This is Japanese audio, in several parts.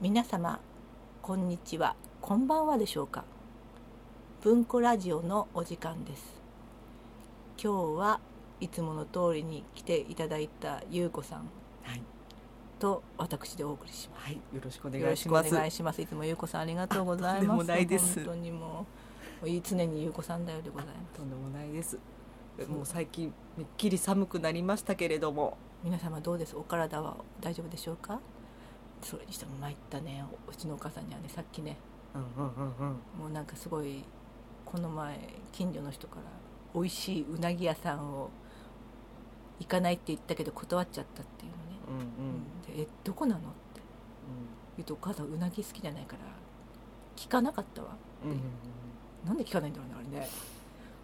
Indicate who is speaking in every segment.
Speaker 1: 皆様こんにちはこんばんはでしょうか文庫ラジオのお時間です今日はいつもの通りに来ていただいた優子さん
Speaker 2: はい、
Speaker 1: と私でお送りしま
Speaker 2: はい、よろしくお
Speaker 1: す
Speaker 2: 願
Speaker 1: よろ
Speaker 2: い
Speaker 1: し
Speaker 2: し
Speaker 1: くお
Speaker 2: ます。
Speaker 1: 願いしますいつも優子さんありがとうございます
Speaker 2: とんでもないです
Speaker 1: 本当にもう常に優子さんだよでございます
Speaker 2: とんでもないです。
Speaker 1: そう
Speaker 2: もう最近めっきり寒くなりましたけれども、
Speaker 1: 皆様どうですお体は大丈夫でしょうかそれにしても参ったねうちのお母さんにはねさっきね
Speaker 2: うんうんうんうん、
Speaker 1: もうなんかすごいこの前近所の人から美味しいうなぎ屋さんを行かないって言ったけど断っちゃったっていうのね、
Speaker 2: うん
Speaker 1: でえどこなのって言うとお母さんうなぎ好きじゃないから聞かなかったわ
Speaker 2: うんうんうん。
Speaker 1: なんで聞かないんだろうねあれね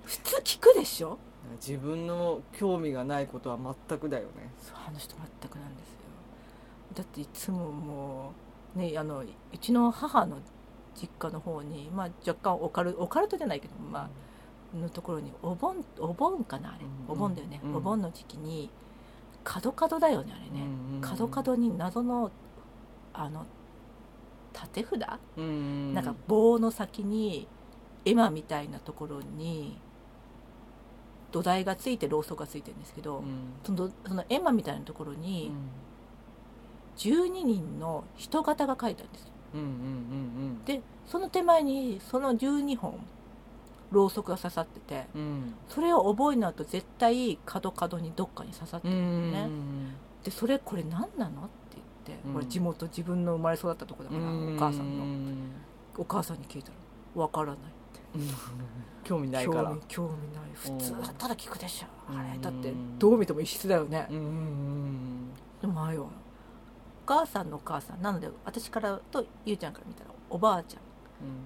Speaker 1: 普通聞くでしょ
Speaker 2: 自分の興味がないことは全くだよね。
Speaker 1: そうあの人全くなんですよだっていつももうねあのうちの母の実家の方に、まあ、若干オカルオカルトじゃないけどまあのところにお盆お盆かなあれ
Speaker 2: うん
Speaker 1: お盆だよね、
Speaker 2: うん
Speaker 1: お盆の時期に角角だよねあれね、角角に謎のあの縦札、
Speaker 2: に
Speaker 1: なんか棒の先に絵馬みたいなところに土台がついてろうそくがついてるんですけど、そのその絵馬みたいなところに12人の人型が書いてあるんですよでその手前にその12本ろうそくが刺さっててそれを覚えないと絶対角角にどっかに刺さってるのね、でそれこれ何なのって言って、
Speaker 2: うん
Speaker 1: 俺地元自分の生まれ育ったとこだから、お母さんの お母さんに聞いたら「わからない」
Speaker 2: 興味ない
Speaker 1: 興
Speaker 2: から
Speaker 1: 味興味ない普通だったら聞くでしょ、
Speaker 2: うん
Speaker 1: あれだってどう見ても異質だよね、でもあれよお母さんのお母さんなので私からとゆうちゃんから見たらおばあちゃん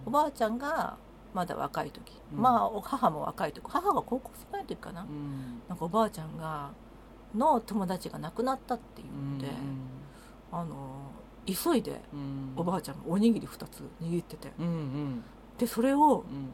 Speaker 1: おばあちゃんがまだ若い時、
Speaker 2: うん
Speaker 1: まあお母も若い時母が高校生ぐらいの時かな、なんかおばあちゃんがの友達が亡くなったって言って、あの急いでおばあちゃんがおにぎり2つ握ってて
Speaker 2: うんうん
Speaker 1: でそれを
Speaker 2: うん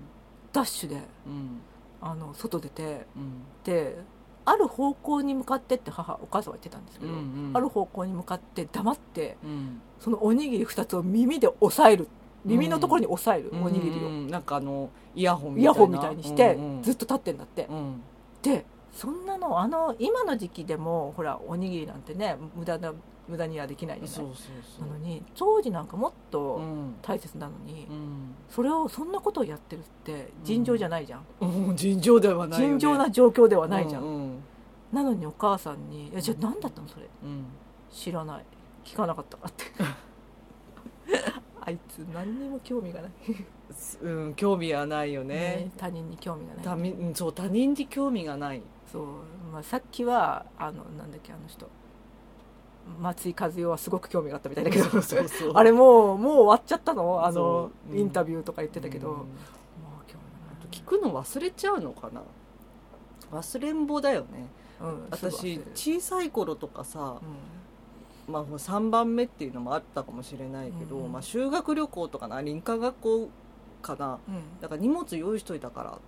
Speaker 1: ダッシュで
Speaker 2: うん
Speaker 1: あの外出て
Speaker 2: うん
Speaker 1: である方向に向かってって母お母さんは言ってたんですけど、
Speaker 2: うんうん
Speaker 1: ある方向に向かって黙って
Speaker 2: うん
Speaker 1: そのおにぎり2つを耳で押さえる耳のところに押さえる、おにぎりを、
Speaker 2: うんなんかあのイヤホン
Speaker 1: イヤホンみたいにして
Speaker 2: うんうん
Speaker 1: ずっと立ってんだって、
Speaker 2: うん
Speaker 1: でそんなのあの今の時期でもほらおにぎりなんてね無駄な無駄にはできないじゃ
Speaker 2: そう
Speaker 1: ない
Speaker 2: そうそう
Speaker 1: なのに当時なんかもっ
Speaker 2: う
Speaker 1: と
Speaker 2: ん
Speaker 1: 大切なのに、
Speaker 2: うん
Speaker 1: それをそんなことをやってるって尋常じゃないじゃん、
Speaker 2: うん尋常ではないよね
Speaker 1: 尋常な状況ではないじゃん、
Speaker 2: うん
Speaker 1: なのにお母さんに「いやじゃ
Speaker 2: う
Speaker 1: あ
Speaker 2: ん
Speaker 1: 何だったのそれ
Speaker 2: うん
Speaker 1: 知らない聞かな かったから」ってあいつ何にも興味がない、
Speaker 2: うんうん興味はないよね
Speaker 1: ね他人に興味がない
Speaker 2: 他人うんそう他人に興味がない
Speaker 1: そう、まあ、さっきはあのなんだっけあの人松井和代はすごく興味があったみたいだけど
Speaker 2: そうそうそう
Speaker 1: あれもうもう終わっちゃったのあの
Speaker 2: そ、ううん
Speaker 1: インタビューとか言ってたけど、
Speaker 2: うん
Speaker 1: もう興
Speaker 2: あと
Speaker 1: 味
Speaker 2: 聞くの忘れちゃうのかな忘れんぼだよね
Speaker 1: ない、うん、すぐ忘れ
Speaker 2: 私
Speaker 1: る
Speaker 2: 小さい頃とかさ
Speaker 1: う、ん
Speaker 2: まあ、3番目っていうのもあったかもしれないけど、
Speaker 1: うん
Speaker 2: まあ、修学旅行とかな林間学校かな
Speaker 1: うん
Speaker 2: だから荷物用意しといたからって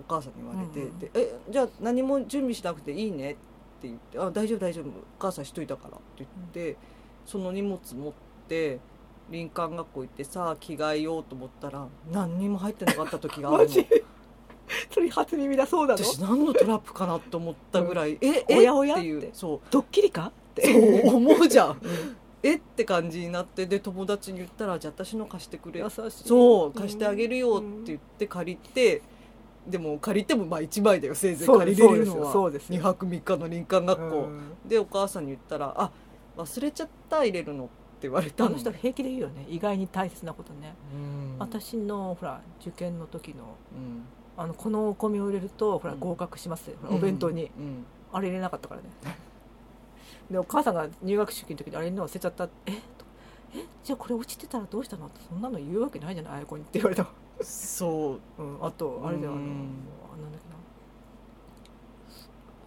Speaker 2: お母さんに言われて
Speaker 1: うんうん
Speaker 2: 「でえじゃあ何も準備しなくていいね」って言って「あ大丈夫大丈夫お母さんしといたから」って言って、その荷物持って林間学校行ってさあ着替えようと思ったら何にも入ってなかった時があ
Speaker 1: マ
Speaker 2: るの
Speaker 1: ジ それ初耳だそうだの
Speaker 2: 私何のトラップかなと思ったぐらい「ええ
Speaker 1: おやおや
Speaker 2: っていう
Speaker 1: って
Speaker 2: そう
Speaker 1: ドッキリかって
Speaker 2: そう思うじゃん
Speaker 1: うん
Speaker 2: えって感じになってで友達に言ったら「じゃあ私の貸してくれ」
Speaker 1: 優しい
Speaker 2: そう貸してあげるよって言って借りて、でも借りてもまあ1枚だよせいぜい借りれるのは
Speaker 1: そうです
Speaker 2: 2
Speaker 1: よ
Speaker 2: 泊3日の林間
Speaker 1: そうです
Speaker 2: 学
Speaker 1: よ
Speaker 2: 校、
Speaker 1: うん
Speaker 2: でお母さんに言ったら「あ忘れちゃった入れるの」って言われた
Speaker 1: あ
Speaker 2: の
Speaker 1: の人平気で言うよね意外に大切なことね、
Speaker 2: うん
Speaker 1: 私のほら受験の時の
Speaker 2: うん
Speaker 1: あのこのお米を入れるとほら
Speaker 2: うん
Speaker 1: 合格しますよ、ほらお弁当に、
Speaker 2: うん
Speaker 1: あれ入れなかったからね でお母さんが入学式の時にあれ入れるの忘れちゃったえとえじゃあこれ落ちてたらどうしたのってそんなの言うわけないじゃないあやこにって言われた、
Speaker 2: そう
Speaker 1: うん、あとあれだよあの
Speaker 2: うん
Speaker 1: あなんだっけな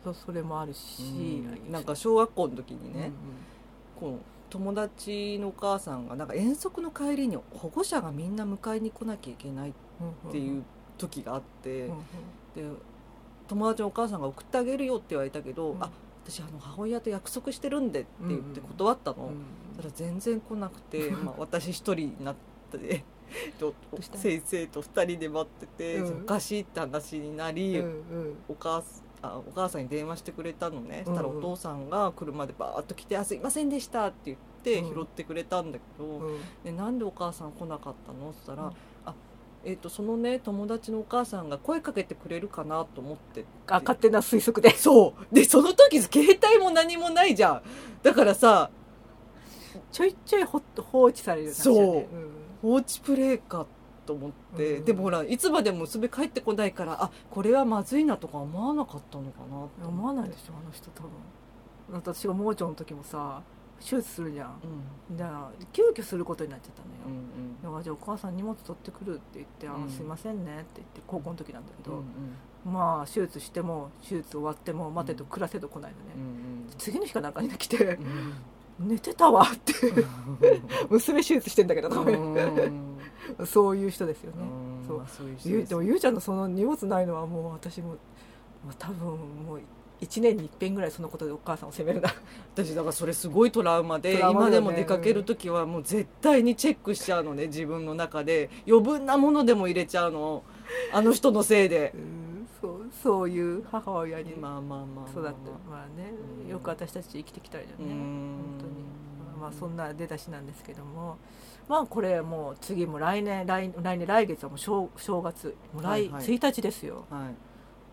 Speaker 1: そそれもあるし、
Speaker 2: うんなんか小学校の時にね、こう友達のお母さんがなんか遠足の帰りに保護者がみんな迎えに来なきゃいけないっ
Speaker 1: うん、
Speaker 2: て
Speaker 1: うん
Speaker 2: いう時があって、
Speaker 1: うんうん
Speaker 2: で友達のお母さんが送ってあげるよって言われたけど、
Speaker 1: うん
Speaker 2: あ私あの母親と約束してるんでって言って
Speaker 1: うんうん
Speaker 2: 断ったの、
Speaker 1: うん
Speaker 2: ただ全然来なくて、まあ、私一人になってと
Speaker 1: どうした
Speaker 2: 先生と二人で待ってて、
Speaker 1: うん
Speaker 2: おかしいって話になり、
Speaker 1: うん
Speaker 2: お母すあお母さんに電話してくれたのね、そしたら
Speaker 1: うんうん
Speaker 2: お父さんが車でバーッと来て「あすいませんでした」って言って
Speaker 1: うん
Speaker 2: 拾ってくれたんだけど、
Speaker 1: うんうん
Speaker 2: でなんでお母さん来なかったの?」っつったら
Speaker 1: う
Speaker 2: 「
Speaker 1: ん
Speaker 2: あえっ、とそのね友達のお母さんが声かけてくれるかなと思って」
Speaker 1: あ勝手な推測で
Speaker 2: そうでその時携帯も何もないじゃんだからさ
Speaker 1: ちょいちょいほっと放置される感じだ
Speaker 2: そう
Speaker 1: ね
Speaker 2: 放置プレイかと思って、
Speaker 1: うん
Speaker 2: でもほらいつまでも娘帰ってこないからあこれはまずいなとか思わなかったのかな
Speaker 1: うん
Speaker 2: と
Speaker 1: 思わない
Speaker 2: って
Speaker 1: でしょあの人多分私が盲腸の時もさ手術するじゃん
Speaker 2: うん
Speaker 1: だから急遽することになっちゃったのよ、
Speaker 2: うん
Speaker 1: だからじゃあお母さん荷物取ってくるって言って「あ
Speaker 2: うん
Speaker 1: すいませんね」って言って高校の時なんだけ
Speaker 2: うん
Speaker 1: ど、まあ手術しても手術終わっても待てと暮らせと来ないのね、次の日かなんかに来て
Speaker 2: うんう
Speaker 1: 「
Speaker 2: ん
Speaker 1: 寝てたわ」って
Speaker 2: う
Speaker 1: 娘手術してんだけどと思い
Speaker 2: ん
Speaker 1: そういう人ですよね、
Speaker 2: うん
Speaker 1: そう
Speaker 2: まあそういう人
Speaker 1: ゆ
Speaker 2: で
Speaker 1: う
Speaker 2: す
Speaker 1: でもゆうちゃんのその荷物ないのはもう私も、まあ、多分もう1年に一遍ぐらいそのことでお母さんを責めるな
Speaker 2: 私だからそれすごいトラウマで
Speaker 1: トラウマ
Speaker 2: 今
Speaker 1: だよ
Speaker 2: で
Speaker 1: ね
Speaker 2: も出かける時はもう絶対にチェックしちゃうのね自分の中で余分なものでも入れちゃうのあの人のせいで
Speaker 1: うんそうそういう母親に育って
Speaker 2: まあまあまあまあまあ
Speaker 1: まあね
Speaker 2: うん
Speaker 1: よく私たち生きてきたよね
Speaker 2: うーん
Speaker 1: 本当にまあそんな出だしなんですけどもまあこれもう次も来年来来年来月はもう正正月もう来、
Speaker 2: はいはい
Speaker 1: 1日ですよ
Speaker 2: は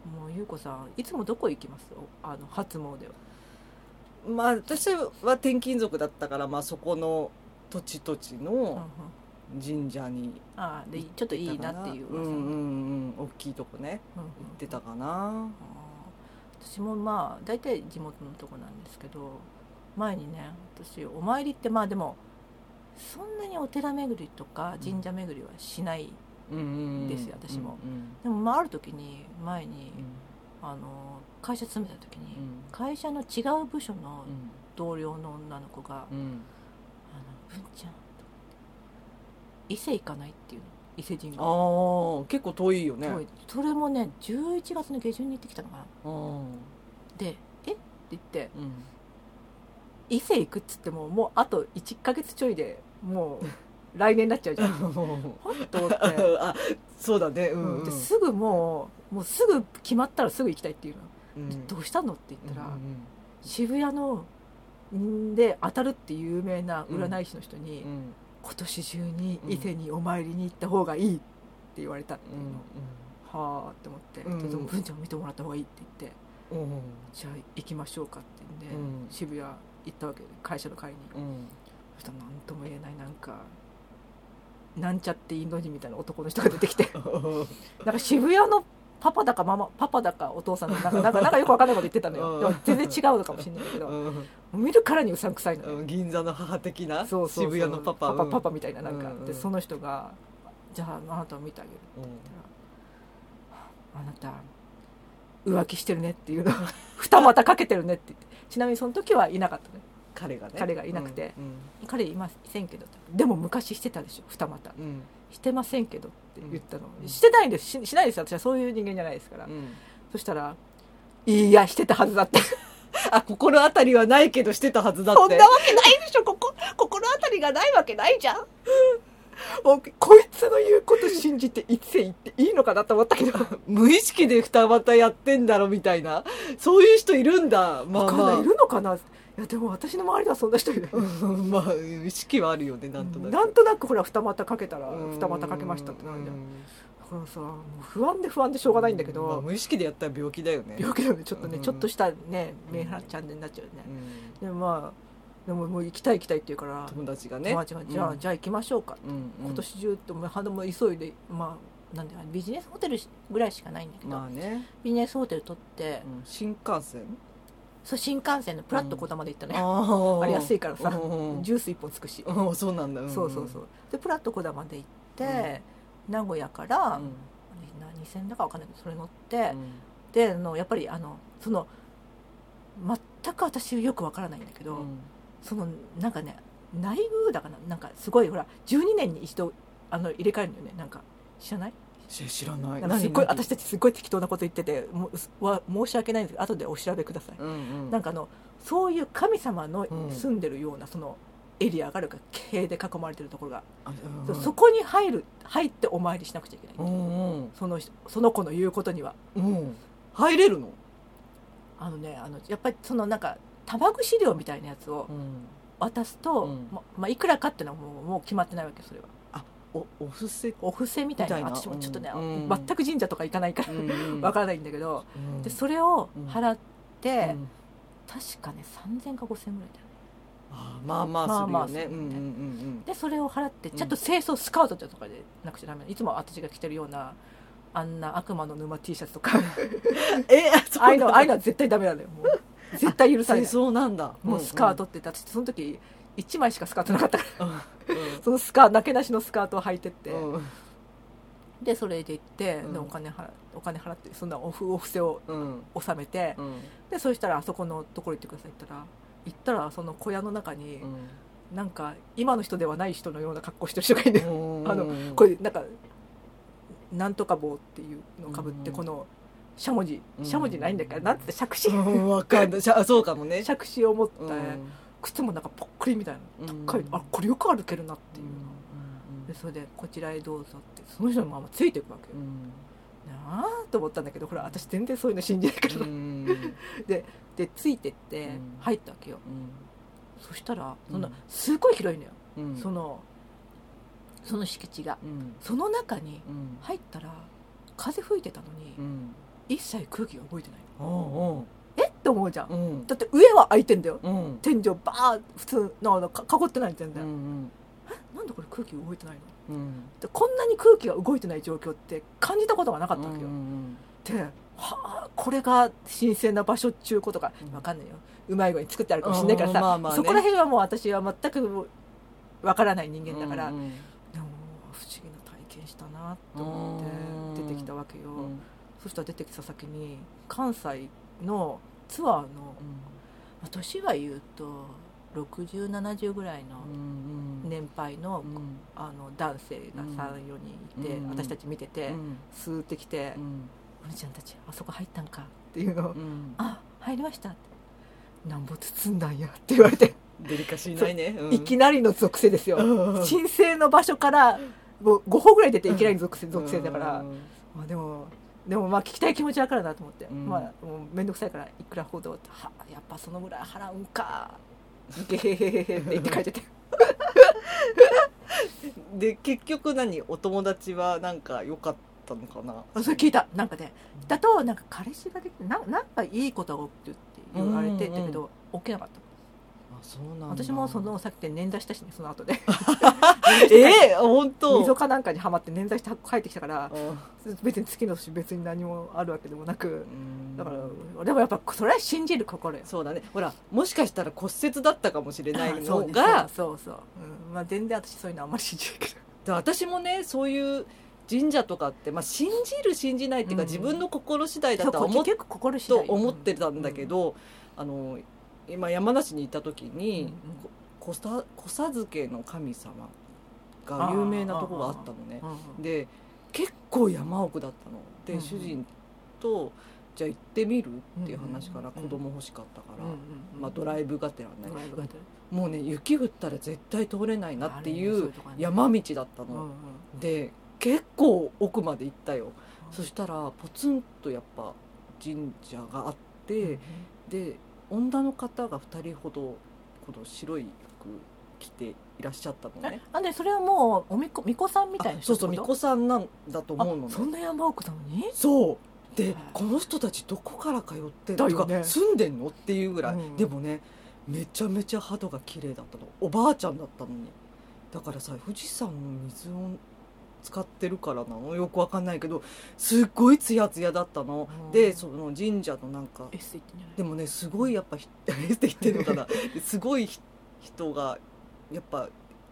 Speaker 1: もうゆうこさんいつもどこ行きますあの初詣はい
Speaker 2: まあ私は転勤族だったからまあそこの土地土地
Speaker 1: うんうん
Speaker 2: の神社に
Speaker 1: ああでちょっといいなっていう
Speaker 2: うん
Speaker 1: 噂
Speaker 2: うん
Speaker 1: うんうん
Speaker 2: うん大きいとこね行ってたかな
Speaker 1: あー私もまあ大体地元のとこなんですけど前にね私お参りってまあでもそんなにお寺巡りとか神社巡りはしない、
Speaker 2: うんうんうん
Speaker 1: ですよ私も
Speaker 2: うん
Speaker 1: でもまあある時に前に、
Speaker 2: うん
Speaker 1: あの会社勤めた時に、
Speaker 2: うん
Speaker 1: 会社の違う部署の
Speaker 2: うん
Speaker 1: 同僚の女の子が「
Speaker 2: うんうん
Speaker 1: あの文ちゃん」と伊勢行かないっていうの伊勢神宮
Speaker 2: ああ結構遠いよね
Speaker 1: そうそれもね11月の下旬に行ってきたのかな
Speaker 2: うん
Speaker 1: で「えっ?」て言って
Speaker 2: うん
Speaker 1: 伊勢行くっつってももうあと1ヶ月ちょいでもう来年になっちゃうじゃんほっと思って、
Speaker 2: あそうだ ね
Speaker 1: う
Speaker 2: う
Speaker 1: ん
Speaker 2: んうん
Speaker 1: ですぐもうもうすぐ決まったらすぐ行きたいっていうの、
Speaker 2: うん
Speaker 1: どうしたのって言ったら、
Speaker 2: うん
Speaker 1: 渋谷のんで当たるっていう有名な占い師の人に、
Speaker 2: うんうん
Speaker 1: 今年中に伊勢にお参りに行った方がいいって言われたっていうの、はあって思って、
Speaker 2: うん
Speaker 1: ちょっと文ちゃんも見てもらった方がいいって言って
Speaker 2: うんうん
Speaker 1: じゃあ行きましょうかって言うんで、
Speaker 2: うん
Speaker 1: 渋谷行ったわけ会社の会に、
Speaker 2: うん
Speaker 1: そしたら何とも言えないなんかなんちゃってインド人みたいな男の人が出てき てなんか渋谷のパパだかママパパだかお父さんのなんかなんかなんかよくわかんないこと言ってたのよ
Speaker 2: うん
Speaker 1: でも全然違うのかもしれないけども
Speaker 2: うん
Speaker 1: う見るからにうさんくさいのよ
Speaker 2: うん銀座の母的な
Speaker 1: そうそうそう
Speaker 2: 渋谷のパパ
Speaker 1: パパ
Speaker 2: うん
Speaker 1: パパみたいななんか、
Speaker 2: うんうん
Speaker 1: でその人が「じゃああなたを見てあげる」って言ったら「あなた浮気してるね」って いうのを二股かけてるね」って言ってちなみにその時はいなかったね
Speaker 2: 彼がね
Speaker 1: 彼がいなくて
Speaker 2: うん
Speaker 1: 彼いませんけどでも昔してたでしょ二股
Speaker 2: うん
Speaker 1: してませんけどって言ったの、
Speaker 2: うん
Speaker 1: してないんですししないです私はそういう人間じゃないですから、
Speaker 2: うんうん
Speaker 1: そしたら「いやしてたはずだ って」
Speaker 2: あ心当たりはないけどしてたはずだって
Speaker 1: そんなわけないでしょここ心当たりがないわけないじゃんもうこいつの言うこと信じていつへ行っていいのかなと思ったけど分
Speaker 2: 無意識で二股やってんだろみたいなそういう人いるんだまあ
Speaker 1: かん
Speaker 2: ま
Speaker 1: な
Speaker 2: あ
Speaker 1: いいるのかないやでも私の周りではそんな人いない
Speaker 2: うんまあ意識はあるよねなんとなく
Speaker 1: なんとなくほら二股かけたら
Speaker 2: うん
Speaker 1: 二股かけましたってなるじゃ
Speaker 2: うんん
Speaker 1: だからさもう不安で不安でしょうがないんだけ
Speaker 2: まあ
Speaker 1: ど
Speaker 2: 無意識でやったら病気だよね
Speaker 1: 病気なのでちょっとね
Speaker 2: うん
Speaker 1: ちょっとしたねメンヘラチャンネルになっちゃうよね
Speaker 2: うん
Speaker 1: でまあでももう行きたい行きたいって言うから
Speaker 2: 友達がね
Speaker 1: 友達がじゃあじゃあ行きましょうか
Speaker 2: うんうんうん
Speaker 1: 今年中ってもう花も急いでまあなんでビジネスホテルぐらいしかないんだけど、
Speaker 2: まあね
Speaker 1: ビジネスホテル取って、
Speaker 2: うん新幹線
Speaker 1: そう新幹線のプラッとこだまで行ったのよ、
Speaker 2: あ
Speaker 1: あれ安いからさ、
Speaker 2: うん
Speaker 1: ジュース一本つくし、
Speaker 2: うんそうなんだん
Speaker 1: そうそうそうでプラッとこだまで行って、名古屋から、
Speaker 2: う
Speaker 1: あ
Speaker 2: ん
Speaker 1: れな何線だか分かんないけどそれ乗って、
Speaker 2: うん
Speaker 1: であのやっぱりあのその全く私よく分からないんだけど、
Speaker 2: うん
Speaker 1: そのなんかね内宮だかななんかすごいほら12年に一度あの入れ替えるのよねなんか知らない
Speaker 2: し知らない
Speaker 1: なんかすっごい
Speaker 2: 何
Speaker 1: 私たちすっごい適当なこと言っててもうすわ申し訳ないんですけど後でお調べください、
Speaker 2: うんうん
Speaker 1: なんかあのそういう神様の
Speaker 2: うん
Speaker 1: 住んでるようなそのエリアがあるから塀で囲まれてるところが、
Speaker 2: あ
Speaker 1: そこに入る入ってお参りしなくちゃいけない、
Speaker 2: うんうん
Speaker 1: その人その子の言うことには
Speaker 2: うん入れるの、
Speaker 1: あのねあのやっぱりそのなんか玉串料みたいなやつを
Speaker 2: うん、
Speaker 1: 渡すと、
Speaker 2: うん
Speaker 1: ままあ、いくらかっていうのはもうもう決まってないわけよそれは
Speaker 2: おお布施、
Speaker 1: お布施みたいな
Speaker 2: みたいな
Speaker 1: 私もちょっとね、
Speaker 2: うん
Speaker 1: 全く神社とか行かないから、
Speaker 2: うんう ん
Speaker 1: わからないんだけど、
Speaker 2: うん
Speaker 1: でそれを払って、
Speaker 2: うん
Speaker 1: 確かね3000か5000ぐらいだよね
Speaker 2: あまあまあする
Speaker 1: まあま
Speaker 2: よ
Speaker 1: あす
Speaker 2: ね、
Speaker 1: るね
Speaker 2: うんうんうん
Speaker 1: でそれを払ってちゃんと清掃スカートとかでなくちゃダメなのいつも私が着てるようなあんな悪魔の沼 T シャツとか
Speaker 2: うん え そう
Speaker 1: ああいうのああいうの
Speaker 2: な
Speaker 1: は絶対ダメなのよもう絶対許されない
Speaker 2: そうなんだ
Speaker 1: もうスカートってだってその時1枚しかスカートなかった から
Speaker 2: うんうん
Speaker 1: そのスカなけなしのスカートを履いてって、
Speaker 2: うんうん
Speaker 1: でそれで行って、
Speaker 2: うん
Speaker 1: でお金払お金払ってそんなお布お布施を
Speaker 2: うん
Speaker 1: 納めて、
Speaker 2: うん
Speaker 1: でそしたらあそこのところ行ってくださいって言ったら行ったらその小屋の中に、なんか今の人ではない人のような格好してる人がいて、
Speaker 2: うん
Speaker 1: あ
Speaker 2: の
Speaker 1: こ
Speaker 2: れ
Speaker 1: れなんかなんとか棒っていうのをかぶって、
Speaker 2: うん
Speaker 1: このしゃもじ
Speaker 2: うん
Speaker 1: しゃもじないんだから、なんて杓子
Speaker 2: わか んないしゃそうかもね
Speaker 1: 杓子を持って、
Speaker 2: うん
Speaker 1: 靴もなんかぽっくりみたいな
Speaker 2: うん
Speaker 1: 高い、あこれよく歩けるなっていう、
Speaker 2: うん
Speaker 1: でそれで「こちらへどうぞ」ってその人のままついていくわけよ、なあと思ったんだけどほら私全然そういうの信じないから、
Speaker 2: うんうんうん
Speaker 1: でついてって
Speaker 2: うん
Speaker 1: 入ったわけよ、そしたらそんな
Speaker 2: うん
Speaker 1: すごい広いのよ、
Speaker 2: うん
Speaker 1: そのその敷地が
Speaker 2: うん
Speaker 1: その中に
Speaker 2: うん
Speaker 1: 入ったら風吹いてたのに、
Speaker 2: うん
Speaker 1: 一切空気が動いてないの
Speaker 2: おう
Speaker 1: えって思うじゃん、
Speaker 2: おううん
Speaker 1: だって上は開いてんだよ
Speaker 2: うん
Speaker 1: 天井バー普通のあのか囲ってない全
Speaker 2: う
Speaker 1: 然、
Speaker 2: ん
Speaker 1: えなんでこれ空気動いてないの
Speaker 2: うん
Speaker 1: でこんなに空気が動いてない状況って感じたことがなか
Speaker 2: あ
Speaker 1: ったわけよ、
Speaker 2: うん
Speaker 1: ではあこれが神聖な場所っちゅうことか
Speaker 2: うん
Speaker 1: わかんないようまい具合に作ってあるかもしれないからさ、
Speaker 2: うんまあまあね
Speaker 1: そこら辺はもう私は全くわからない人間だから、
Speaker 2: うんうん
Speaker 1: でも不思議な体験したなと思って
Speaker 2: うん
Speaker 1: 出てきたわけよ、
Speaker 2: うん
Speaker 1: そしたら出てきた先に関西のツアーのまあ年は言うと6070ぐらいの
Speaker 2: うん
Speaker 1: 年配の,、
Speaker 2: うん
Speaker 1: あの男性が
Speaker 2: うん
Speaker 1: 34人いて、
Speaker 2: うん
Speaker 1: 私たち見てて、
Speaker 2: うん
Speaker 1: スーってきて
Speaker 2: う、ん
Speaker 1: お姉ちゃんたちあそこ入ったんか」っていうのを「
Speaker 2: うん
Speaker 1: あ入りました」って「なんぼ包んだんや」って言われて、
Speaker 2: デリカシーないね
Speaker 1: いきなりの属性ですよ、
Speaker 2: うん
Speaker 1: 神聖の場所からもう5歩ぐらい出ていきなりの属性,、属性だから、
Speaker 2: うん
Speaker 1: まあ、でもでもまあ聞きたい気持ちわかるなと思って、
Speaker 2: うん
Speaker 1: まあもう面倒くさいからいくらほどってはやっぱそのぐらい払うんかゲヘヘヘヘって言って書いてて
Speaker 2: で結局何お友達はなんか良かったのかな
Speaker 1: あそれ聞いたなんかねだとなんか彼氏ができてななんかいいことが起きてるって言われて
Speaker 2: うん
Speaker 1: だけど、起きなかった
Speaker 2: あそうなんだ
Speaker 1: 私もそのさっきで捻挫したしねその後で
Speaker 2: ええ本当
Speaker 1: 溝かなんかにはまって捻挫して帰ってきたから
Speaker 2: うん
Speaker 1: 別に月の年別に何もあるわけでもなくだから
Speaker 2: うん
Speaker 1: でもやっぱそれは信じる心よ
Speaker 2: そうだねほらもしかしたら骨折だったかもしれない
Speaker 1: そ
Speaker 2: の
Speaker 1: うね
Speaker 2: が
Speaker 1: そうそうそう、うんまあ、全然私そういうのあんまり信じないけど
Speaker 2: で私もねそういう神社とかって、まあ、信じる信じないっていうか、
Speaker 1: うん
Speaker 2: 自分の心次第だ
Speaker 1: そう
Speaker 2: とは思っ
Speaker 1: 結局心次
Speaker 2: と
Speaker 1: 第
Speaker 2: 思ってたんだけ、ど、あの今山梨にいた時
Speaker 1: うん
Speaker 2: に、こさ小佐漬の神様が有名なとこがあったのね
Speaker 1: うんうんうん
Speaker 2: で結構山奥だったので、
Speaker 1: うん
Speaker 2: 主人と「じゃあ行ってみる?」っていう話から
Speaker 1: うん
Speaker 2: 子供欲しかったから、
Speaker 1: うん
Speaker 2: まあ、ドラ
Speaker 1: イ
Speaker 2: イブがてらね
Speaker 1: ドライブがて
Speaker 2: もうね雪降ったら絶対通れない
Speaker 1: ら
Speaker 2: なってい
Speaker 1: あるよねそうとこね
Speaker 2: 山道だった
Speaker 1: うんう
Speaker 2: の
Speaker 1: ん、
Speaker 2: で結構奥まで行ったよ、そしたらポツンとやっぱ神社があって、
Speaker 1: うん
Speaker 2: で女の方が2人ほどこの白い服着ていらっしゃったのね
Speaker 1: えあでそれはもうおみこみこさんみたいな
Speaker 2: あそうそう巫女さんなんだと思うの
Speaker 1: あそん
Speaker 2: ね
Speaker 1: な山奥なのに
Speaker 2: そうで
Speaker 1: はい
Speaker 2: この人たちどこから通ってん
Speaker 1: だ
Speaker 2: の
Speaker 1: よね
Speaker 2: とか住んでんのっていうぐらい、
Speaker 1: うん
Speaker 2: でもねめちゃめちゃ肌が綺麗だったのおばあちゃんだったのにだからさ富士山の水を使ってるからなのよくわかんないけどすっごいツヤツヤだったの、
Speaker 1: うん
Speaker 2: でその神社のなんか
Speaker 1: エステ行ってんじゃない
Speaker 2: でもねすごいやっぱ ひって言ってるのかなですごいひ人がやっぱ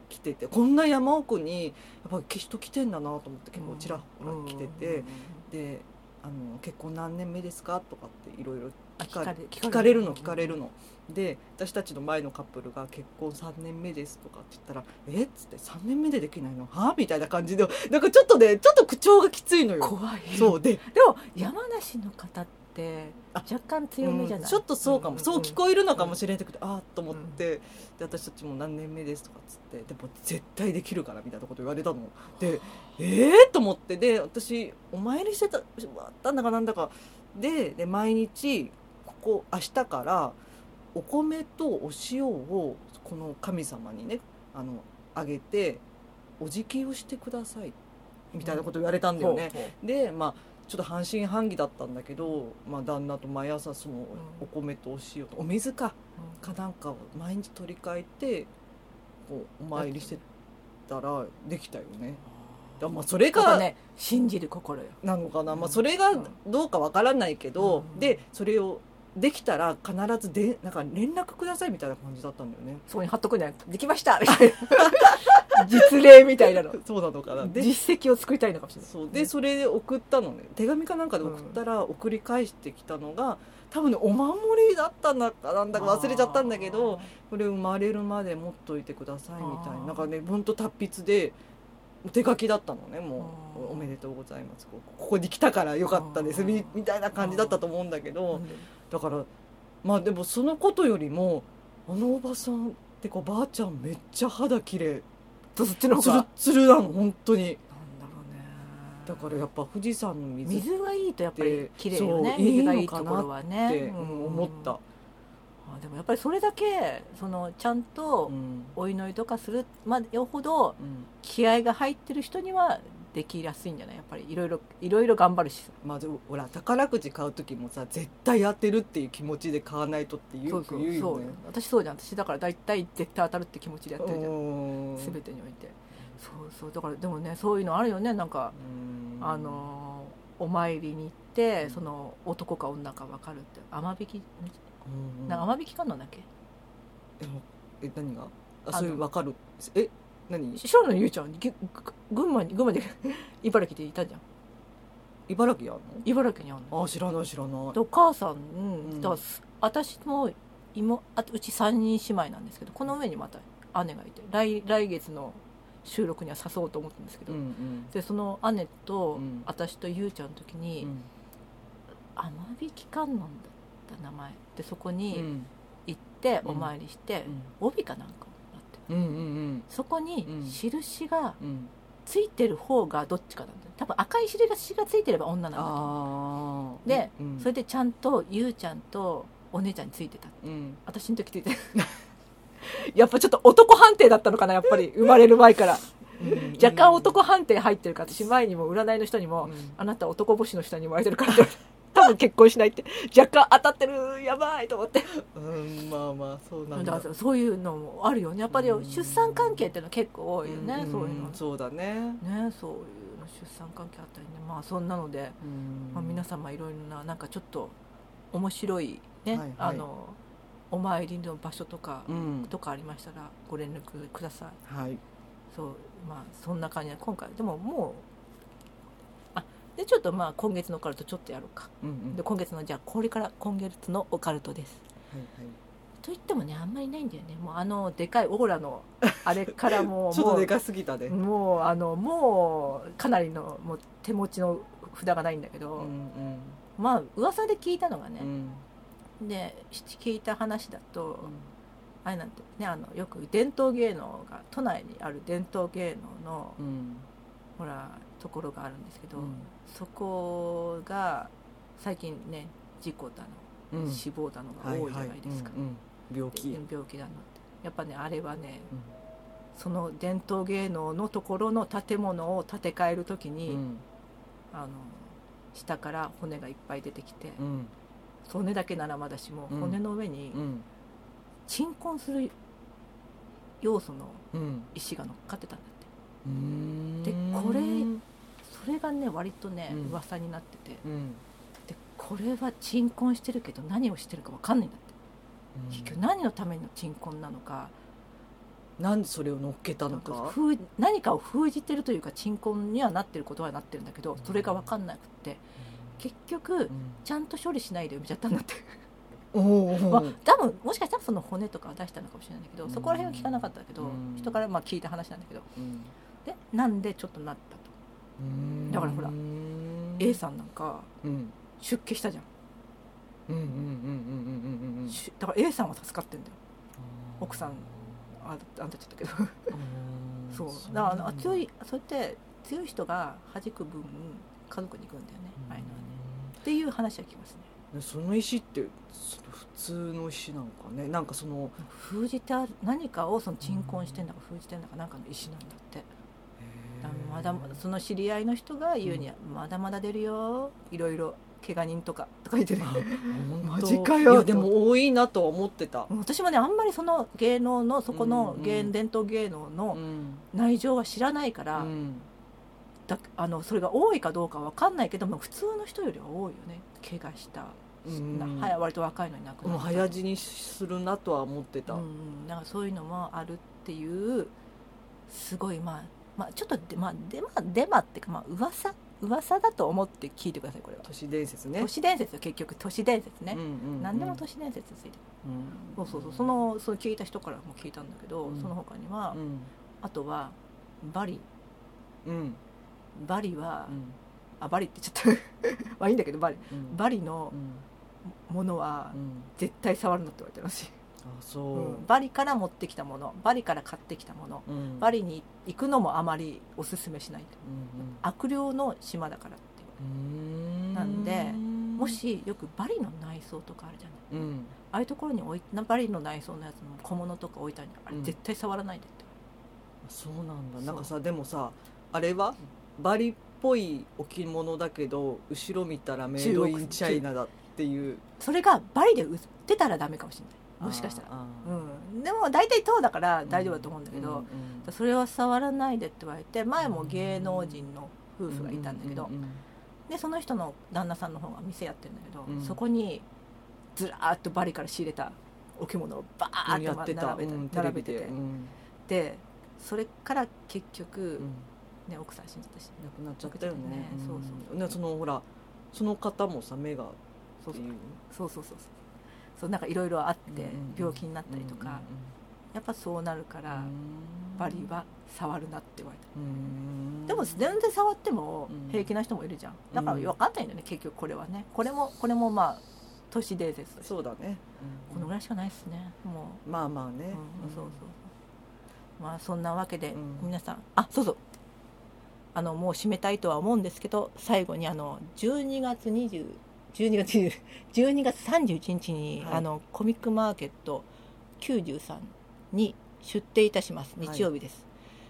Speaker 2: 来ててこんな山奥にやっぱ人来てんだなと思って結構ちらほら来てて、であの「結婚何年目ですか?」とかっていろいろ
Speaker 1: あ
Speaker 2: 聞か
Speaker 1: れ
Speaker 2: 聞かれるの聞かれるの。で私たちの前のカップルが「結婚3年目です」とかって言ったら「えっ?」つって「3年目でできないのはみたいな感じでなんかちょっとねちょっと口調がきついのよ。
Speaker 1: 怖い
Speaker 2: そうで
Speaker 1: でも山梨の方っって
Speaker 2: あ
Speaker 1: 若干強めじゃない、
Speaker 2: うんちょっとそうかも、
Speaker 1: んん
Speaker 2: そう聞こえるのかもしれなくて、ああと思って、で私たちもう何年目ですとかっつってでも絶対できるからみたいなこと言われたので ええと思ってで私お参りしてたったんだかなんだかでで毎日ここ明日からお米とお塩をこの神様にねあのあげてお辞儀をしてくださいみたいなこと言われたんだよね、
Speaker 1: ほうほう
Speaker 2: でまあちょっと半信半疑だったんだけど、まあ、旦那と毎朝その
Speaker 1: うん
Speaker 2: お米とお塩とお水か
Speaker 1: うん
Speaker 2: かなんかを毎日取り替えてこうお参りしてたらできたよね。だまあそれ
Speaker 1: やっぱ
Speaker 2: が
Speaker 1: ね信じる心よ
Speaker 2: なのかな、ま
Speaker 1: うん
Speaker 2: あ、それがどうかわからないけど、
Speaker 1: うん
Speaker 2: でそれをできたら必ずでなんか連絡くださいみたいな感じだったん だよね。
Speaker 1: そこに貼っとくんじゃなくてできましたみたいな 実例みたいなの
Speaker 2: そうなのかなで
Speaker 1: 実績を作りたいのかもしれない
Speaker 2: そうでそれで送ったのね手紙かなんかで送ったら送り返してきたのが多分ねお守りだったんだかなんだか忘れちゃったんだけどこれ生まれるまで持っといてくださいみたい
Speaker 1: あー
Speaker 2: ななんかねほんと達筆で手書きだったのねも
Speaker 1: あー
Speaker 2: う「おめでとうございますここここに来たからよかったです」
Speaker 1: あー
Speaker 2: みみたいな感じだったと思うんだけ
Speaker 1: あー
Speaker 2: ど
Speaker 1: なんで
Speaker 2: だからまあでもそのことよりもあのおばさんってかばあちゃんめっちゃ肌綺麗
Speaker 1: そっちの
Speaker 2: ツ
Speaker 1: 方
Speaker 2: ル
Speaker 1: が
Speaker 2: ッツルなの本当に
Speaker 1: なんだろうね
Speaker 2: だからやっぱ富士山の水って
Speaker 1: 水がいいとやっぱり綺麗よね
Speaker 2: そう
Speaker 1: 水がいいところはね
Speaker 2: ってうん思った、
Speaker 1: あでもやっぱりそれだけそのちゃんと
Speaker 2: うん
Speaker 1: お祈りとかするまでよほど
Speaker 2: うん
Speaker 1: 気合が入ってる人にはできやすいんじゃないやっぱりいろいろいろいろ頑張るし
Speaker 2: まあでもほら宝くじ買う時もさ絶対当てるっていう気持ちで買わないとってよく言うよ
Speaker 1: そう
Speaker 2: ね
Speaker 1: 私そうじゃん私だから大体絶対当たるって気持ちでやってるじゃん
Speaker 2: うん
Speaker 1: 全てにおいてそうそうだからでもねそういうのあるよねなんか、
Speaker 2: うん
Speaker 1: あのお参りに行って、
Speaker 2: うん
Speaker 1: その男か女か分かるって雨引き
Speaker 2: うん
Speaker 1: なんか雨引き観音だっけ
Speaker 2: え何が
Speaker 1: あ
Speaker 2: あそうい
Speaker 1: の
Speaker 2: うわかるえ何
Speaker 1: 白野ゆうちゃんぎゅ群馬に群馬で 茨城でいたじゃん
Speaker 2: 茨城やん
Speaker 1: 茨城にあんの
Speaker 2: のあ知らない知らない
Speaker 1: でお母さん、
Speaker 2: ん
Speaker 1: だからす私も妹あとうち3人姉妹なんですけどこの上にまた姉がいて来来月の収録には誘おうと思ったんですけど、
Speaker 2: うんうん
Speaker 1: でその姉と、
Speaker 2: うん
Speaker 1: 私とゆうちゃんの時に
Speaker 2: うん
Speaker 1: 「天引き観音」だった名前でそこ
Speaker 2: う
Speaker 1: に
Speaker 2: ん
Speaker 1: 行って
Speaker 2: うん
Speaker 1: お参りして、帯かなんかもらって
Speaker 2: うんうんうん
Speaker 1: そこに
Speaker 2: うん
Speaker 1: 印が
Speaker 2: うん
Speaker 1: ついてる方がどっちかなんだよ多分赤い印がついてれば女なんだと思
Speaker 2: ああ
Speaker 1: で
Speaker 2: うん
Speaker 1: うそれでちゃんとゆうちゃんとお姉ちゃんについてた
Speaker 2: うん
Speaker 1: 私の時ついてた やっぱちょっと男判定だったのかなやっぱり生まれる前から
Speaker 2: うん
Speaker 1: 若干男判定入ってるから私前にも占いの人にも、
Speaker 2: うん
Speaker 1: あなた男星の下に生まれてるからって言われて多分結婚しないって若干当たってるやばいと思って
Speaker 2: うんまあまあそうなん
Speaker 1: だ
Speaker 2: だ
Speaker 1: からそういうのもあるよねやっぱり
Speaker 2: うん
Speaker 1: 出産関係っていうのは結構多いよね、
Speaker 2: ん
Speaker 1: そういうの
Speaker 2: そうだね
Speaker 1: ねそういうの出産関係あったりねまあそんなので、まあ、皆様いろいろななんかちょっと面白いね、
Speaker 2: はいはい
Speaker 1: あのお参りの場所とか、
Speaker 2: うん
Speaker 1: とかありましたらご連絡ください
Speaker 2: はい
Speaker 1: そうまあそんな感じで今回でももうあでちょっとまあ今月のオカルトちょっとやろうか
Speaker 2: うんうん
Speaker 1: で今月のじゃあこれから今月のオカルトです
Speaker 2: はいはい
Speaker 1: と言ってもねあんまりないんだよねもうあのでかいオーラ のあれからもう
Speaker 2: ちょっと
Speaker 1: も
Speaker 2: で
Speaker 1: う
Speaker 2: かすぎたね。
Speaker 1: もうあのもうかなりのもう手持ちの札がないんだけ
Speaker 2: う
Speaker 1: ど、
Speaker 2: ん
Speaker 1: まあ噂で聞いたのが
Speaker 2: うん
Speaker 1: ね
Speaker 2: う、ん
Speaker 1: で聞いた話だと、あれなんてねあのよく伝統芸能が都内にある伝統芸能の
Speaker 2: うん
Speaker 1: ほらところがあるんですけど、
Speaker 2: うん
Speaker 1: そこが最近ね事故だの、
Speaker 2: うん
Speaker 1: 死亡だのが多いじゃないですか、
Speaker 2: ははうんうん病気。
Speaker 1: で病気だのってやっぱねあれはねその伝統芸能のところの建物を建て替える時
Speaker 2: う
Speaker 1: に、
Speaker 2: ん
Speaker 1: あの下から骨がいっぱい出てきて、
Speaker 2: うん
Speaker 1: 骨だけならまだしも、
Speaker 2: うん
Speaker 1: 骨の上に
Speaker 2: うん
Speaker 1: 鎮魂する要素の
Speaker 2: うん
Speaker 1: 石が乗っかってたんだっ
Speaker 2: うん
Speaker 1: でこれ
Speaker 2: うん
Speaker 1: てそれがね割とね、
Speaker 2: うん
Speaker 1: 噂になっててでこれは鎮魂してるけど何をしてるか分かんないんだって、結局何のための鎮魂なのか
Speaker 2: なんでそれを乗っけたの
Speaker 1: なんか
Speaker 2: か。
Speaker 1: 封何かを封じてるというか鎮魂にはなってることはなってるんだけどそれが分かんなくって結局ちゃんと処理しないで埋めちゃったんだって、
Speaker 2: おお
Speaker 1: まあ、多分もしかしたらその骨とかは出したのかもしれないんだけど、
Speaker 2: うん
Speaker 1: そこら辺は聞かなかったけど、
Speaker 2: うん
Speaker 1: 人からまあ聞いた話なんだけどでなんでちょっとなったと、だからほら A さんなんか
Speaker 2: ん。うん
Speaker 1: 出家したじゃん
Speaker 2: うんうんうんうんうんうんうん
Speaker 1: しだから A さんは助かってんだよ奥さん
Speaker 2: う
Speaker 1: ああんたちょっとけど
Speaker 2: ーん
Speaker 1: そう
Speaker 2: な
Speaker 1: だか
Speaker 2: んだ
Speaker 1: らあ強いそうやって強い人が弾く分家族に行くんだよねああいうのはねっていう話は聞きますね
Speaker 2: うんその石ってその普通の石なのかねなんかその
Speaker 1: 封じてある何かをその鎮魂してんだか封じてんだかなんかの石なんだってだまだまだその知り合いの人が言うには、まだまだ出るよいろいろ怪我人とかとか言ってね
Speaker 2: あ
Speaker 1: 当
Speaker 2: マジかよでも多いなとは思ってた、
Speaker 1: もう私もねあんまりその芸能のそこの芸、
Speaker 2: うんうん
Speaker 1: 伝統芸能
Speaker 2: う
Speaker 1: の
Speaker 2: ん
Speaker 1: 内情は知らないから、
Speaker 2: うん
Speaker 1: だあのそれが多いかどうかわかんないけども普通の人よりは多いよね怪我した、
Speaker 2: うん
Speaker 1: なはや割と若いのに亡く
Speaker 2: も
Speaker 1: な
Speaker 2: う
Speaker 1: った
Speaker 2: 早死にするなとは思ってた、
Speaker 1: うんうん、なんかそういうのもあるっていうすごいまあ、まあ、ちょっとでまあデマデマっていうかまあ噂噂だと思って聞いてくださいこれは
Speaker 2: 都市伝説ね
Speaker 1: 都市伝説よ結局都市伝説
Speaker 2: う
Speaker 1: ね
Speaker 2: ん、うんうん
Speaker 1: 何でも都市伝説ついてる、
Speaker 2: うん
Speaker 1: そうそうそうそのその聞いた人からも聞いたんだけど、
Speaker 2: うん
Speaker 1: その他には、
Speaker 2: うん
Speaker 1: あとはバリ
Speaker 2: うん
Speaker 1: バリは、
Speaker 2: うん
Speaker 1: あバリってちょっと まあいいんだけどバリ
Speaker 2: うん
Speaker 1: バリの
Speaker 2: うん
Speaker 1: ものは
Speaker 2: うん
Speaker 1: 絶対触るなって言われてますし、
Speaker 2: あそう、
Speaker 1: うんバリから持ってきたものバリから買ってきたもの
Speaker 2: うん
Speaker 1: バリに行くのもあまりおすすめしないと
Speaker 2: うん
Speaker 1: 悪霊の島だからって言われ
Speaker 2: うん
Speaker 1: なんで
Speaker 2: うん
Speaker 1: るもしよくバリの内装とかあるじゃない
Speaker 2: うん
Speaker 1: ああいうところに置いバリの内装のやつの小物とか置いたりあれ
Speaker 2: うん
Speaker 1: 絶対触らないでって
Speaker 2: そうなんだ
Speaker 1: そう
Speaker 2: なんかさでもさあれはバリっぽい置物だけど後ろ見たらメイドインチャイナだっていう
Speaker 1: それがバリで売ってたらダメかもしれないもしかしたら
Speaker 2: あー
Speaker 1: うんでも大体塔だから
Speaker 2: あー
Speaker 1: 大丈夫だと思うんだけ
Speaker 2: う
Speaker 1: ど
Speaker 2: んうん
Speaker 1: それは触らないでって言われて前も芸能人の夫婦がいたんだけど
Speaker 2: うんうん
Speaker 1: でその人の旦那さんの方が店やってるんだけど、
Speaker 2: うん
Speaker 1: そこにずらーっとバリから仕入れた置物をバー
Speaker 2: や
Speaker 1: っ
Speaker 2: っ
Speaker 1: と
Speaker 2: てた
Speaker 1: 並べて,、
Speaker 2: うん
Speaker 1: 並べて
Speaker 2: テ
Speaker 1: て
Speaker 2: レビでうん
Speaker 1: でそれから結局
Speaker 2: う、ん
Speaker 1: ね、奥さん死んじゃったし
Speaker 2: なくなっちゃったよね
Speaker 1: なくなっちゃったね
Speaker 2: ん
Speaker 1: そうそう
Speaker 2: ねそのほらその方もさ目が
Speaker 1: そ
Speaker 2: っ
Speaker 1: う
Speaker 2: て
Speaker 1: そう
Speaker 2: いう
Speaker 1: そうそうそうそうなんかいろいろあって
Speaker 2: うんうん
Speaker 1: 病気になったりとか、やっぱそうなるから、バリは触るなって言われた、でも全然触っても
Speaker 2: うん
Speaker 1: 平気な人もいるじゃんだから
Speaker 2: うん
Speaker 1: 分かんないんだよね結局これはねこれもこれもまあ都市伝説として
Speaker 2: そうだね
Speaker 1: このぐらいしかないですねもう。
Speaker 2: まあまあね
Speaker 1: うんそうそうまあそんなわけで、
Speaker 2: うん
Speaker 1: 皆さんあそうそうあのもう締めたいとは思うんですけど最後にあの12月20 12月20 12月31日に、
Speaker 2: はい
Speaker 1: あのコミックマーケット93に出店いたします日曜日です、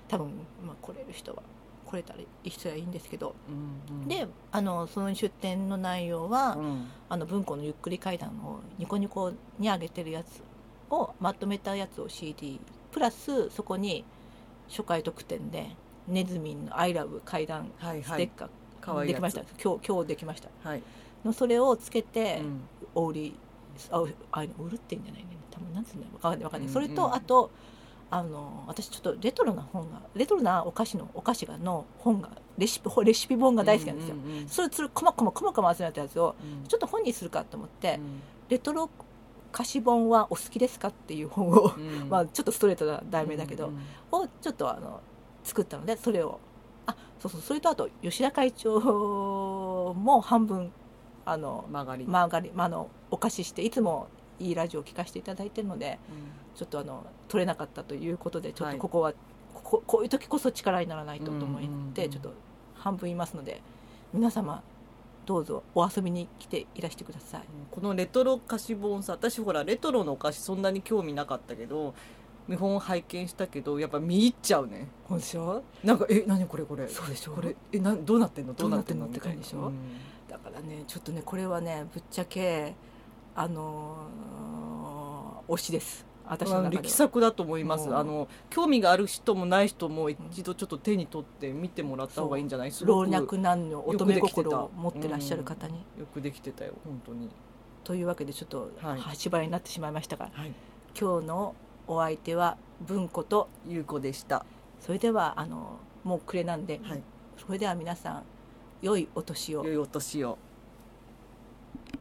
Speaker 1: 多分、まあ、来れる人は来れたらいい人はいいんですけど、
Speaker 2: うんうん
Speaker 1: であのその出店の内容は、
Speaker 2: うん
Speaker 1: あの文庫のゆっくり階段をニコニコに上げてるやつをまとめたやつを CD プラスそこに初回特典で「ネズミンのアイラブ階段
Speaker 2: はい
Speaker 1: ス
Speaker 2: は
Speaker 1: テ
Speaker 2: い
Speaker 1: ッカー」
Speaker 2: 可愛い
Speaker 1: で
Speaker 2: や
Speaker 1: き
Speaker 2: つ
Speaker 1: ました今日今日できました
Speaker 2: はい
Speaker 1: のそれをつけ
Speaker 2: う
Speaker 1: て、
Speaker 2: ん
Speaker 1: お売りあああいうの売るってんじゃないね多分なんつうんだろうわかんないわかんない、
Speaker 2: うん
Speaker 1: それ
Speaker 2: うん
Speaker 1: とあとあの私ちょっとレトロな本がレトロなお菓子のお菓子がの本がレシピレシピ本が大好きなんですよ、
Speaker 2: うんうんうん
Speaker 1: それそれこまこまこまこま集めたやつを
Speaker 2: うん
Speaker 1: ちょっと本にするかと思って、
Speaker 2: うん
Speaker 1: レトロ歌詞本はお好きですかっていう本を、
Speaker 2: うん
Speaker 1: まあちょっとストレートな題名だけど、
Speaker 2: うんうん
Speaker 1: をちょっとあの作ったのでそれをあそうそうそれとあと吉田会長も半分あの
Speaker 2: 曲がり
Speaker 1: マーガリン、まあ、あのお貸ししていつもいいラジオを聞かせていただいてるのでちょっとあの取れなかったということでちょっ
Speaker 2: は
Speaker 1: と
Speaker 2: い
Speaker 1: ここは、こここういう時こそ力にならないとと思って、
Speaker 2: うんうんうん
Speaker 1: ちょっと半分いますので皆様どうぞお遊びに来ていらしてください。
Speaker 2: このレトロ菓子本さ私ほらレトロのお菓子そんなに興味なかったけど見本を拝見したけどやっぱ見入っちゃうね
Speaker 1: そうでしょ
Speaker 2: なんかえ何これこれ
Speaker 1: そうでしょ
Speaker 2: これえなどうなってんの
Speaker 1: どうなってんの
Speaker 2: どう
Speaker 1: っ
Speaker 2: な
Speaker 1: て感じでしょ
Speaker 2: み
Speaker 1: だからねちょっとねこれはねぶっちゃけあのー推しです
Speaker 2: たい
Speaker 1: 私
Speaker 2: な
Speaker 1: の
Speaker 2: うん
Speaker 1: 中
Speaker 2: あの
Speaker 1: では
Speaker 2: 力作だと思います
Speaker 1: うん
Speaker 2: あの興味がある人もない人も一度ちょっと手に取って見てもらった方がいいんじゃないす
Speaker 1: 老
Speaker 2: ごく
Speaker 1: 若男女乙女心を持ってらっしゃる方に、
Speaker 2: よくできてたよ本当に
Speaker 1: というわけでちょっと
Speaker 2: はい
Speaker 1: 端ばりになってしまいましたが、
Speaker 2: はい
Speaker 1: 今日のお相手は文子と
Speaker 2: ゆうこでした
Speaker 1: それではあのもう暮れなんで、
Speaker 2: はい
Speaker 1: それでは皆さん良いお年を
Speaker 2: 良いお年を